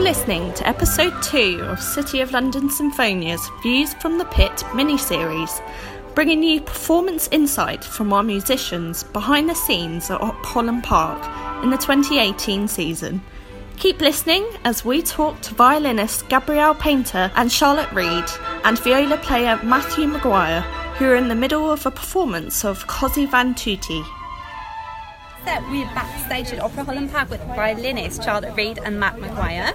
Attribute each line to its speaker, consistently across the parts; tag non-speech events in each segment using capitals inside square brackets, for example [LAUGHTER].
Speaker 1: listening to episode 2 of City of London Symphonia's Views from the Pit mini series, bringing you performance insight from our musicians behind the scenes at Holland Park in the 2018 season. Keep listening as we talk to violinist Gabrielle Painter and Charlotte Reed and viola player Matthew Maguire, who are in the middle of a performance of Così van tutti.
Speaker 2: that we're backstage at Opera Holland Park with violinist Charlotte Reed and Matt McGuire,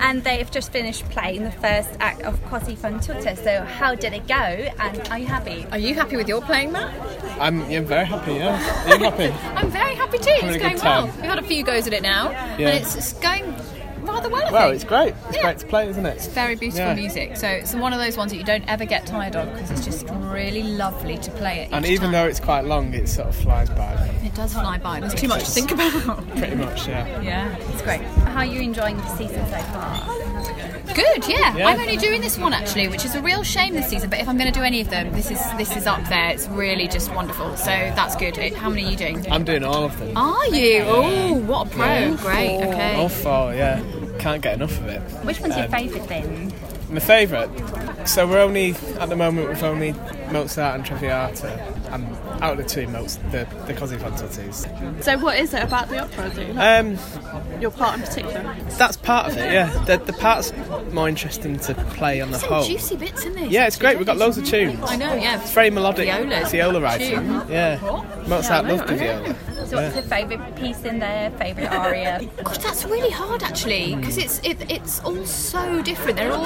Speaker 2: and they've just finished playing the first act of Così fan tutte. So, how did it go? And are you happy?
Speaker 3: Are you happy with your playing, Matt?
Speaker 4: I'm yeah, very happy, yeah.
Speaker 3: [LAUGHS]
Speaker 4: Are you happy?
Speaker 3: I'm very happy too.
Speaker 4: Having a
Speaker 3: it's
Speaker 4: good
Speaker 3: going well.
Speaker 4: time.
Speaker 3: We've had a few goes at it now,
Speaker 4: Yeah.
Speaker 3: and it's, it's going rather well. I
Speaker 4: Well,
Speaker 3: think.
Speaker 4: it's great. It's
Speaker 3: Yeah.
Speaker 4: great to play, isn't it?
Speaker 3: Very beautiful
Speaker 4: Yeah.
Speaker 3: music. So it's one of those ones that you don't ever get tired of because it's just really lovely to play it.
Speaker 4: And
Speaker 3: each
Speaker 4: even though
Speaker 3: time.
Speaker 4: it's quite long, it sort of flies by
Speaker 3: it does fly by, there's too much to think about.
Speaker 4: pretty much, [LAUGHS] yeah.
Speaker 3: yeah, it's great.
Speaker 2: How are you enjoying the season so far?
Speaker 3: Good, yeah.
Speaker 4: Yeah.
Speaker 3: I'm only doing this one actually, which is a real shame this season. But if I'm going to do any of them, this is this is up there. It's really just wonderful. So that's good. It- How many are you doing?
Speaker 4: I'm doing all of them.
Speaker 3: Are you? Oh, what a pro! Great. Okay.
Speaker 4: All four, Oh, yeah. Can't get enough of it.
Speaker 2: Which one's your
Speaker 4: Um,
Speaker 2: favourite then?
Speaker 4: My favourite. So we're only at the moment we've only Mozart and Traviata. I'm out of the two Mozart, the the Così fan tuttis.
Speaker 1: So, what is it about the opera that you like?
Speaker 4: Um,
Speaker 1: Your part in particular?
Speaker 4: that's part of it. Yeah, the the part's more interesting to play on the
Speaker 3: Some
Speaker 4: whole.
Speaker 3: juicy bits in this.
Speaker 4: Yeah, it's great. We've got loads of tunes.
Speaker 3: I know. Yeah.
Speaker 4: It's very melodic.
Speaker 3: Violas.
Speaker 4: Viola writing.
Speaker 3: Tune.
Speaker 4: Yeah. Mozart
Speaker 1: Yeah, I
Speaker 4: loved the
Speaker 1: know, I know.
Speaker 4: viola.
Speaker 2: So, what's your favourite piece in there? Favourite aria?
Speaker 3: [LAUGHS] God, that's really hard actually because it's it, it's all so different. They're all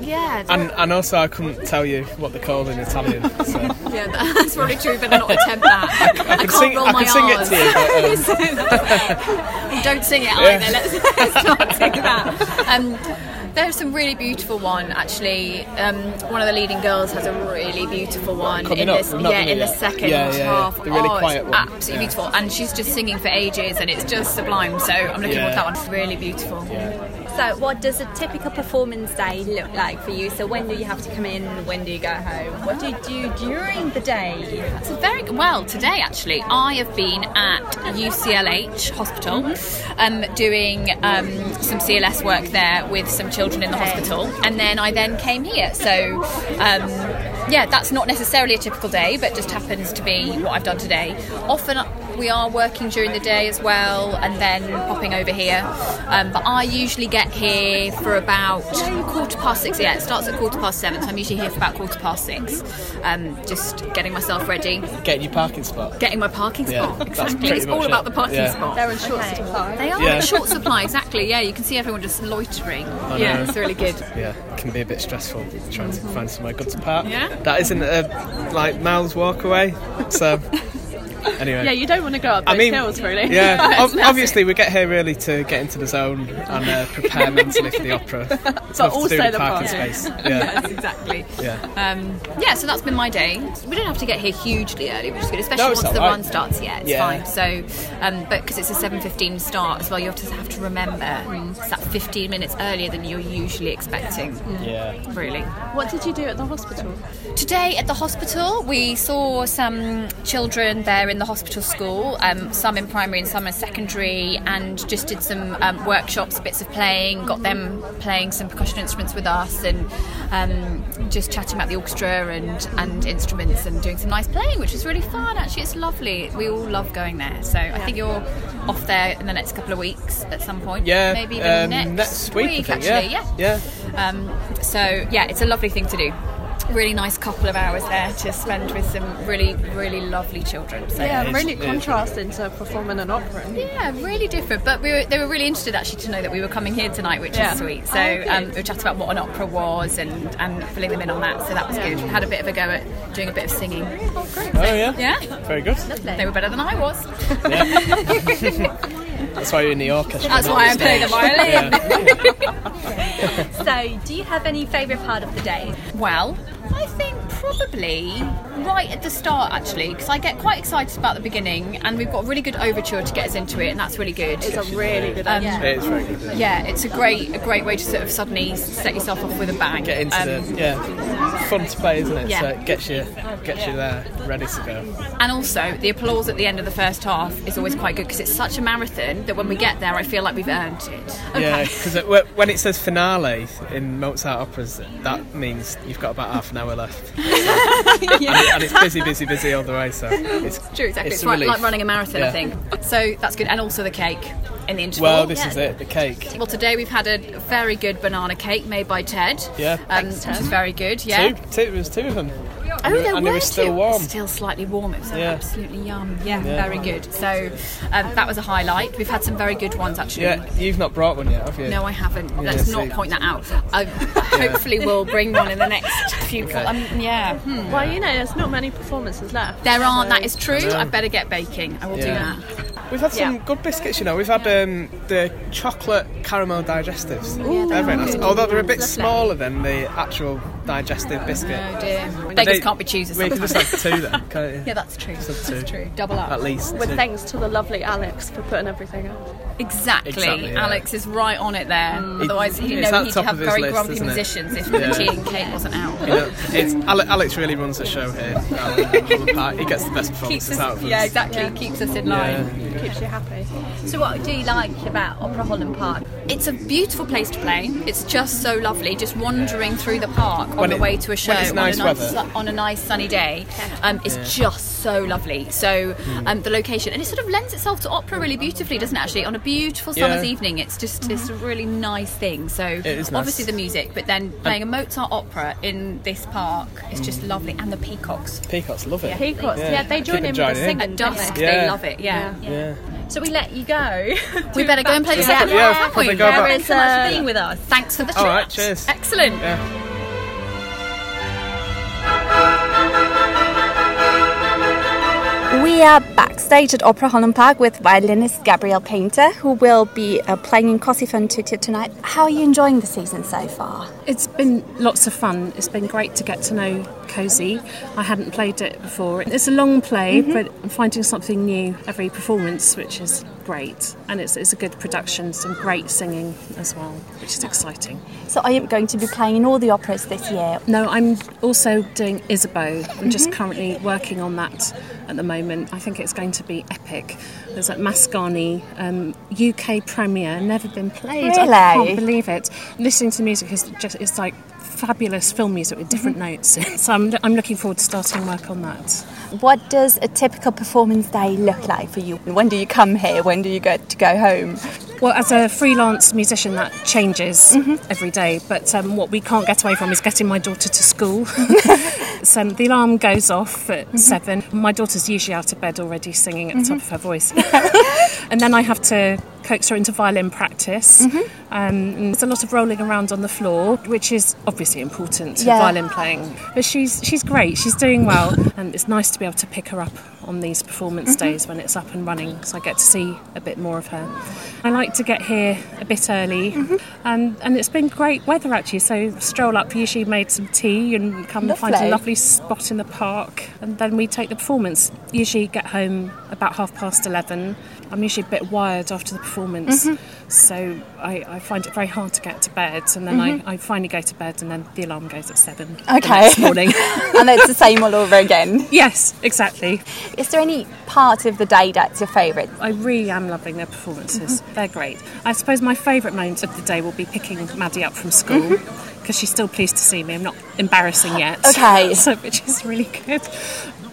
Speaker 3: yeah. they're-
Speaker 4: And, and also, I couldn't tell you what they're called in
Speaker 1: [LAUGHS]
Speaker 4: Italian. So.
Speaker 3: yeah, [LAUGHS] that's probably true. Better not attempt that. I, can't
Speaker 4: could sing-
Speaker 3: roll
Speaker 4: [LAUGHS] I
Speaker 3: my
Speaker 4: could sing it
Speaker 3: Rs.
Speaker 4: to you,
Speaker 3: [LAUGHS] Don't sing it either. Let's, [LAUGHS] let's not do that. Um, there's some really beautiful one actually. Um, one of the leading girls has a really beautiful one
Speaker 4: Coming
Speaker 3: in
Speaker 4: up,
Speaker 3: this
Speaker 4: we've not
Speaker 3: yeah
Speaker 4: done it
Speaker 3: in the
Speaker 4: yet.
Speaker 3: second
Speaker 4: Yeah, yeah, yeah.
Speaker 3: half.
Speaker 4: The really
Speaker 3: oh,
Speaker 4: quiet
Speaker 3: it's
Speaker 4: one.
Speaker 3: absolutely
Speaker 4: Yeah.
Speaker 3: beautiful, and she's just singing for ages, and it's just sublime. So I'm looking
Speaker 4: Yeah.
Speaker 3: forward to that one. Really beautiful.
Speaker 2: So, what does a typical performance day look like for you? So, when do you have to come in? When do you go home? What do you do during the day?
Speaker 3: It's a very well today actually. I have been at UCLH Hospital, um, doing um, some CLS work there with some children in the hospital, and then I then came here. So. Um, yeah, that's not necessarily a typical day, but just happens to be what I've done today. Often we are working during the day as well, and then popping over here. Um, but I usually get here for about quarter past six. Yeah, it starts at quarter past seven, so I'm usually here for about quarter past six. Um, just getting myself ready,
Speaker 1: [LAUGHS]
Speaker 4: Getting your parking spot.
Speaker 3: getting my parking
Speaker 4: Yeah,
Speaker 3: spot.
Speaker 4: that's
Speaker 3: Exactly,
Speaker 4: pretty
Speaker 3: it's all
Speaker 4: much it.
Speaker 3: about the parking
Speaker 4: Yeah.
Speaker 3: spot.
Speaker 1: in short supply.
Speaker 3: They are
Speaker 4: Yeah.
Speaker 3: in short supply, exactly. Yeah, you can see everyone just loitering.
Speaker 4: I
Speaker 3: Yeah,
Speaker 4: know.
Speaker 3: it's really
Speaker 4: [LAUGHS]
Speaker 3: good.
Speaker 4: Yeah, it can be a bit stressful trying to find somewhere good to park.
Speaker 3: Yeah.
Speaker 4: That isn't a like miles walk away.
Speaker 1: [LAUGHS]
Speaker 4: So anyway.
Speaker 1: Yeah, you don't want to go up those
Speaker 4: I mean,
Speaker 1: hills, really. [LAUGHS]
Speaker 4: yeah. ob-
Speaker 3: massive.
Speaker 4: obviously, we get here really to get into the zone and uh, prepare mentally for the opera. It's
Speaker 1: [LAUGHS] But
Speaker 4: nothing to do
Speaker 1: also
Speaker 4: with
Speaker 1: the
Speaker 4: parking
Speaker 1: parking. [LAUGHS]
Speaker 4: space. Yeah,
Speaker 3: Yes, exactly.
Speaker 4: yeah.
Speaker 3: Um, yeah, so that's been my day. We don't have to get here hugely early, which is good, especially
Speaker 4: No, it's
Speaker 3: once the
Speaker 4: alright.
Speaker 3: run starts. Yeah, it's
Speaker 4: Yeah.
Speaker 3: fine. So, um, but because it's a seven fifteen start as well, you have to have to remember mm, it's that fifteen minutes earlier than you're usually expecting.
Speaker 4: Yeah.
Speaker 3: Really.
Speaker 1: What did you do at the hospital?
Speaker 3: Today at the hospital, we saw some children there in the hospital school, um, some in primary and some in secondary, and just did some um, workshops, bits of playing, got them playing some percussion instruments with us, and um, just chatting about the orchestra and, and instruments and doing some nice playing, which was really fun. Actually, it's lovely. We all love going there. So I think you're off there in the next couple of weeks at some point.
Speaker 4: Yeah,
Speaker 3: maybe even
Speaker 4: um,
Speaker 3: next,
Speaker 4: next week, I think,
Speaker 3: actually.
Speaker 4: yeah.
Speaker 3: yeah.
Speaker 4: Yeah.
Speaker 3: Um, so yeah, it's a lovely thing to do. Really nice couple of hours there to spend with some really, really lovely children. So.
Speaker 1: Yeah,
Speaker 4: it's-
Speaker 1: really
Speaker 4: it's-
Speaker 1: contrasting to performing an opera.
Speaker 3: Yeah, really different. But we were, they were really interested actually to know that we were coming here tonight, which
Speaker 1: Yeah.
Speaker 3: is sweet. So
Speaker 1: Oh, good.
Speaker 3: um, we chatted about what an opera was and, and filling them in on that. So that was good. Had a bit of a go at doing a bit of singing.
Speaker 4: Oh yeah.
Speaker 3: Yeah,
Speaker 4: Very good.
Speaker 3: they were better than I was.
Speaker 4: That's why you're in the orchestra.
Speaker 3: That's why I'm playing the violin.
Speaker 2: So, do you have any favourite part of the day?
Speaker 3: Well, I think probably right at the start actually, because I get quite excited about the beginning, and we've got a really good overture to get us into it, and that's really good.
Speaker 5: It's a really good
Speaker 3: Um,
Speaker 5: idea.
Speaker 4: It is very good. isn't it?
Speaker 3: yeah, it's a great a great way to sort of suddenly set yourself off with a bang.
Speaker 4: Get into
Speaker 3: Um,
Speaker 4: the yeah, fun to play, isn't it?
Speaker 3: yeah.
Speaker 4: So it gets you gets you there, ready to go.
Speaker 3: And also, the applause at the end of the first half is always quite good because it's such a marathon that when we get there, I feel like we've earned it.
Speaker 4: Yeah, because when it says finale in Mozart operas, that means you've got about half an hour
Speaker 3: [LAUGHS]
Speaker 4: left, and, and it's busy, busy, busy all the way. So it's
Speaker 3: True, exactly. It's,
Speaker 4: It's a
Speaker 3: like,
Speaker 4: relief.
Speaker 3: like running a marathon, I
Speaker 4: Yeah.
Speaker 3: think. So that's good. And also the cake in the interval.
Speaker 4: well, this is it, the cake.
Speaker 3: Well, today we've had a very good banana cake made by Ted.
Speaker 4: Yeah.
Speaker 3: um,
Speaker 4: Thanks,
Speaker 3: which is very good. Yeah.
Speaker 4: Two, two, there was two of them.
Speaker 3: Oh, there
Speaker 4: and
Speaker 3: were
Speaker 4: it was still
Speaker 3: two.
Speaker 4: warm.
Speaker 3: Still slightly warm. It was
Speaker 4: Yeah.
Speaker 3: absolutely yum. Yeah,
Speaker 4: Yeah.
Speaker 3: very good. So um, that was a highlight. We've had some very good ones actually.
Speaker 4: Yeah, you've not brought one yet, have you?
Speaker 3: No, I haven't.
Speaker 4: Yeah,
Speaker 3: Let's
Speaker 4: so-
Speaker 3: not point that out. I hopefully will bring one in the next few. Um, yeah, hmm.
Speaker 5: Well, you know, there's not many performances left.
Speaker 3: there aren't. That is true.
Speaker 4: know.
Speaker 3: I better get baking. I will
Speaker 4: Yeah.
Speaker 3: do that.
Speaker 4: We've had some
Speaker 3: Yeah.
Speaker 4: good biscuits, you know. We've had um, the chocolate caramel digestives. they're very nice. Although they're a bit smaller than the actual digestive biscuit.
Speaker 3: Oh dear.
Speaker 4: But
Speaker 3: Beggars
Speaker 4: they-
Speaker 3: can't be choosers.
Speaker 4: We can just
Speaker 3: sometimes.
Speaker 4: have two then, can't you?
Speaker 3: yeah, that's true.
Speaker 4: That's
Speaker 3: That's
Speaker 4: true.
Speaker 3: true. Double up.
Speaker 4: At least.
Speaker 5: With
Speaker 4: two.
Speaker 5: thanks to the lovely Alex for putting everything up.
Speaker 3: Exactly.
Speaker 4: Exactly, yeah. Mm.
Speaker 3: Alex is right on it there. Otherwise,
Speaker 4: It-
Speaker 3: you
Speaker 4: it's
Speaker 3: know
Speaker 4: at
Speaker 3: he'd
Speaker 4: top
Speaker 3: have
Speaker 4: of his
Speaker 3: very
Speaker 4: list,
Speaker 3: grumpy
Speaker 4: isn't it?
Speaker 3: musicians if
Speaker 4: Yeah.
Speaker 3: the tea and cake wasn't out.
Speaker 4: You know, it's, Ale- Alex really runs the show here. Alan Holland Park. He gets the best
Speaker 3: Keeps
Speaker 4: performances out
Speaker 3: us,
Speaker 4: of us.
Speaker 3: yeah, exactly. Keeps us in line.
Speaker 4: Yeah.
Speaker 5: Keeps you happy.
Speaker 2: So, what do you like about Opera Holland Park?
Speaker 3: It's a beautiful place to play. It's just so lovely, just wandering through the park on
Speaker 4: When
Speaker 3: the
Speaker 4: it-
Speaker 3: way to a show
Speaker 4: when it's
Speaker 3: on,
Speaker 4: nice
Speaker 3: a nice,
Speaker 4: weather.
Speaker 3: su- on a nice sunny day. Um, it's just so lovely. So
Speaker 4: Hmm.
Speaker 3: um, the location and it sort of lends itself to opera really beautifully, doesn't it? Actually, on a beautiful summer's
Speaker 4: Yeah.
Speaker 3: evening, it's just it's a really nice thing. So
Speaker 4: is nice.
Speaker 3: obviously the music, but then playing a Mozart opera in this park is just
Speaker 4: Mm.
Speaker 3: lovely, and the peacocks.
Speaker 4: Peacocks love it.
Speaker 5: Peacocks, yeah, they
Speaker 4: Keep
Speaker 5: join in with the
Speaker 4: enjoying it.
Speaker 5: singing.
Speaker 3: At dusk,
Speaker 4: Yeah.
Speaker 3: they love it. Yeah,
Speaker 4: Yeah.
Speaker 2: So, we let you
Speaker 3: [LAUGHS]
Speaker 2: go.
Speaker 3: we better go and play the
Speaker 2: Yeah.
Speaker 3: second
Speaker 4: Yeah,
Speaker 3: half.
Speaker 4: probably
Speaker 3: haven't we? uh,
Speaker 4: go back.
Speaker 2: Thanks so much for being with us.
Speaker 3: Thanks for the chat.
Speaker 4: All right, cheers.
Speaker 3: Excellent.
Speaker 4: Yeah.
Speaker 2: We are backstage at Opera Holland Park with violinist Gabrielle Painter, who will be uh, playing in Così fan tutte tonight. How are you enjoying the season so far?
Speaker 6: It's been lots of fun. It's been great to get to know Cozy. I hadn't played it before. It's a long play, but I'm finding something new every performance, which is great. And it's, it's a good production, some great singing as well, which is exciting.
Speaker 2: So, are you going to be playing in all the operas this year?
Speaker 6: No, I'm also doing Isabeau. I'm just currently working on that at the moment. I think it's going to be epic. There's a Mascani um, UK premiere, never been played. I
Speaker 2: Really?
Speaker 6: can't believe it. Listening to the music is just it's like fabulous film music with different notes. [LAUGHS] so I'm, I'm looking forward to starting work on that.
Speaker 2: What does a typical performance day look like for you? When do you come here? When do you get to go home?
Speaker 6: Well, as a freelance musician, that changes every day. But um, what we can't get away from is getting my daughter to school. so um, the alarm goes off at seven. My daughter's usually out of bed already, singing at the top of her voice. and then I have to coax her into violin practice. Um, and there's a lot of rolling around on the floor, which is obviously important to
Speaker 2: Yeah.
Speaker 6: violin playing. But she's she's great. She's doing well, and it's nice to be able to pick her up on these performance
Speaker 2: Mm-hmm.
Speaker 6: days when it's up and running. So I get to see a bit more of her. I like to get here a bit early,
Speaker 2: Mm-hmm.
Speaker 6: um, and it's been great weather actually. So stroll up, usually made some tea, and come find a
Speaker 2: Lovely.
Speaker 6: lovely spot in the park, and then we take the performance. Usually get home about half past eleven. I'm usually a bit wired after the performance,
Speaker 2: Mm-hmm.
Speaker 6: so I, I find it very hard to get to bed. And then I, I finally go to bed, and then the alarm goes at seven. the
Speaker 2: Mm-hmm. Okay.
Speaker 6: next
Speaker 2: [LAUGHS]
Speaker 6: morning.
Speaker 2: and it's the same all over again.
Speaker 6: yes, exactly.
Speaker 2: Is there any part of the day that's your favourite?
Speaker 6: I really am loving their performances. They're great. I suppose my favourite moment of the day will be picking Maddie up from school because she's still pleased to see me. I'm not embarrassing yet.
Speaker 2: Okay.
Speaker 6: [LAUGHS] so, which is really good.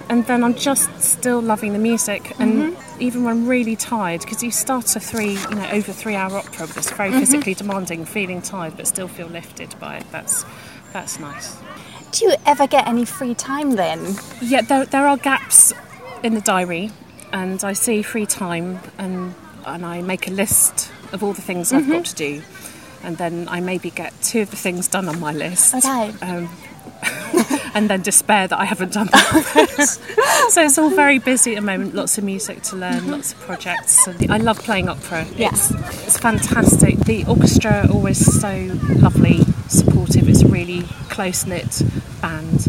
Speaker 6: And then I'm just still loving the music, and even when I'm really tired, because you start a three, you know, over three hour opera, but it's very physically demanding, feeling tired, but still feel lifted by it. That's that's nice.
Speaker 2: Do you ever get any free time then?
Speaker 6: Yeah, there, there are gaps in the diary, and I see free time, and and I make a list of all the things I've got to do, and then I maybe get two of the things done on my list,
Speaker 2: Okay.
Speaker 6: um, [LAUGHS] and then despair that I haven't done that. so it's all very busy at the moment. Lots of music to learn,
Speaker 7: Mm-hmm.
Speaker 6: lots of projects. And I love playing opera.
Speaker 2: Yeah.
Speaker 6: It's, it's fantastic. The orchestra are always so lovely. supportive. It's a really close knit band.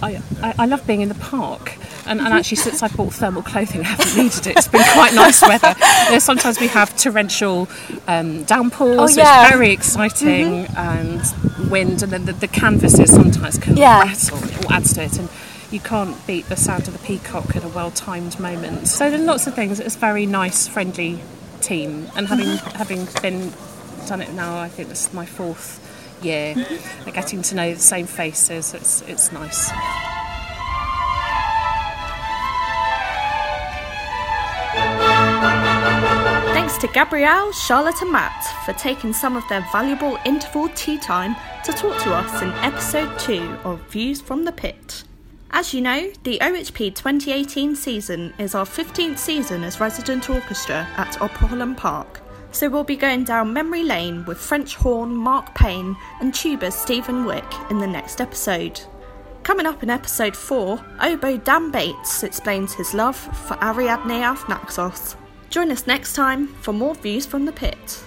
Speaker 6: I, I, I love being in the park, and,
Speaker 7: Mm-hmm.
Speaker 6: and actually, since I bought thermal clothing, I haven't needed it. It's been quite nice weather. You know, sometimes we have torrential um, downpours,
Speaker 7: Oh,
Speaker 6: which is
Speaker 7: yeah. Mm-hmm.
Speaker 6: very exciting, and wind, and then the, the canvases sometimes can
Speaker 7: Yeah.
Speaker 6: rattle. It all adds to it, and you can't beat the sound of the peacock at a well timed moment. So, there are lots of things. It's a very nice, friendly team, and having having been done it now, I think this is my fourth year. Like getting to know the same faces, it's it's nice.
Speaker 1: Thanks to Gabrielle, Charlotte, and Matt for taking some of their valuable interval tea time to talk to us in episode 2 of Views from the Pit. As you know, the OHP 2018 season is our 15th season as resident orchestra at Opera Holland Park, so we'll be going down memory lane with French horn Mark Payne and tuba Stephen Wick in the next episode. Coming up in episode 4, oboe Dan Bates explains his love for Ariadne Alfnaxos. Join us next time for more views from the pit.